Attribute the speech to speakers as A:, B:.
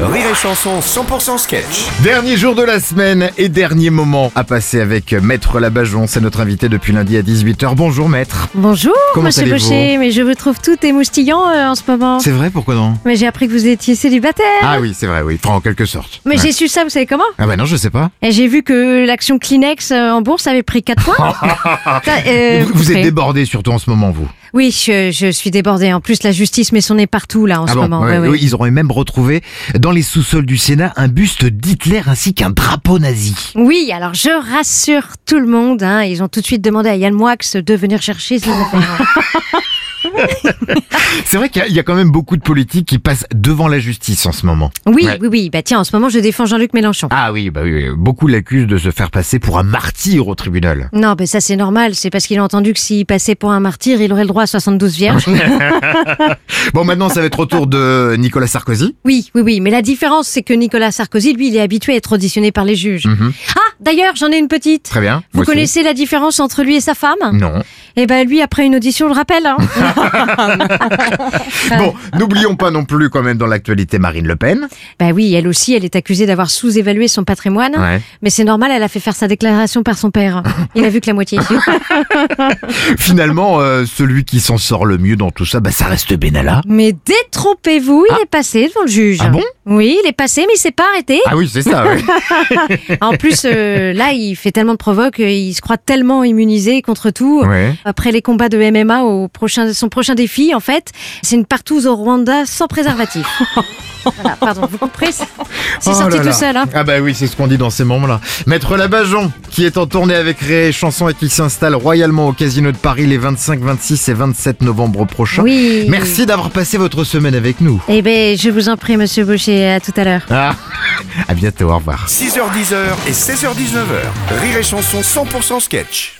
A: Rire et Chanson 100% sketch.
B: Dernier jour de la semaine et dernier moment à passer avec Maître Labajon. C'est notre invité depuis lundi à 18h. Bonjour Maître.
C: Bonjour,
B: Comment
C: monsieur
B: allez-vous
C: Boucher, mais je vous trouve tout émoustillant euh, en ce moment.
B: C'est vrai, pourquoi non
C: Mais j'ai appris que vous étiez célibataire.
B: Ah oui, c'est vrai, oui. Enfin, en quelque sorte.
C: Mais
B: Ouais.
C: j'ai su ça, vous savez comment
B: Ah bah non, je sais pas.
C: Et j'ai vu que l'action Kleenex euh, en bourse avait pris 4 points. Ça, euh,
B: vous, vous êtes
C: après.
B: débordé surtout en ce moment, vous.
C: Oui, je, je suis débordée. En plus, la justice met son nez partout là en ce moment.
B: Ah ouais,
C: Ouais, ouais.
B: oui, Ils auraient même retrouvé dans les sous-sols du Sénat un buste d'Hitler ainsi qu'un drapeau nazi.
C: Oui, alors je rassure tout le monde. hein, ils ont tout de suite demandé à Yann Moix de venir chercher ses
B: Ah.
C: affaires.
B: C'est vrai qu'il y a- il y a quand même beaucoup de politiques qui passent devant la justice en ce moment.
C: Oui,
B: Ouais.
C: oui, oui. Bah tiens, en ce moment, je défends Jean-Luc Mélenchon.
B: Ah oui, bah oui, oui. beaucoup l'accusent de se faire passer pour un martyr au tribunal.
C: Non, mais ça c'est normal, c'est parce qu'il a entendu que s'il passait pour un martyr, il aurait le droit à 72 vierges.
B: Bon, maintenant, ça va être au tour de Nicolas Sarkozy.
C: Oui, oui, oui, mais la différence c'est que Nicolas Sarkozy, lui, il est habitué à être auditionné par les juges. Ah, d'ailleurs, j'en ai une petite.
B: Mhm. Très Mhm. bien.
C: Vous
B: voici.
C: connaissez la différence entre lui et sa femme
B: Non.
C: Eh ben lui, après une audition, on le rappelle. hein. Ah.
B: Bon, n'oublions pas non plus quand même dans l'actualité Marine Le Pen.
C: ben oui, elle aussi, elle est accusée d'avoir sous-évalué son patrimoine.
B: Ouais.
C: Mais c'est normal, elle a fait faire sa déclaration par son père. Il a vu que la moitié.
B: Finalement, euh, celui qui s'en sort le mieux dans tout ça, bah, ça reste Benalla.
C: mais détrompez-vous, il est passé devant le juge.
B: Ah bon
C: Oui, il est passé, mais il s'est pas arrêté.
B: Ah oui, c'est ça. ouais. Ah.
C: En plus, euh, là, il fait tellement de provoques, il se croit tellement immunisé contre tout.
B: Ouais.
C: Après les combats de MMA au prochain, son prochain défi, en fait, c'est une partouze au Rwanda sans préservatif. voilà, pardon, vous comprenez C'est c'est
B: Oh
C: sorti
B: là
C: tout
B: là.
C: seul, hein.
B: Ah bah oui, c'est ce qu'on dit dans ces moments-là. Maître Labajon, qui est en tournée avec Ré et Chanson et qui s'installe royalement au Casino de Paris les 25, 26 et 27 novembre prochains.
C: Oui.
B: Merci d'avoir passé votre semaine avec nous.
C: Eh ben, je vous en prie, monsieur Boucher, à tout à l'heure.
B: Ah, à bientôt, au revoir.
A: 6h10 et 16h19. Rire et Chanson 100% sketch.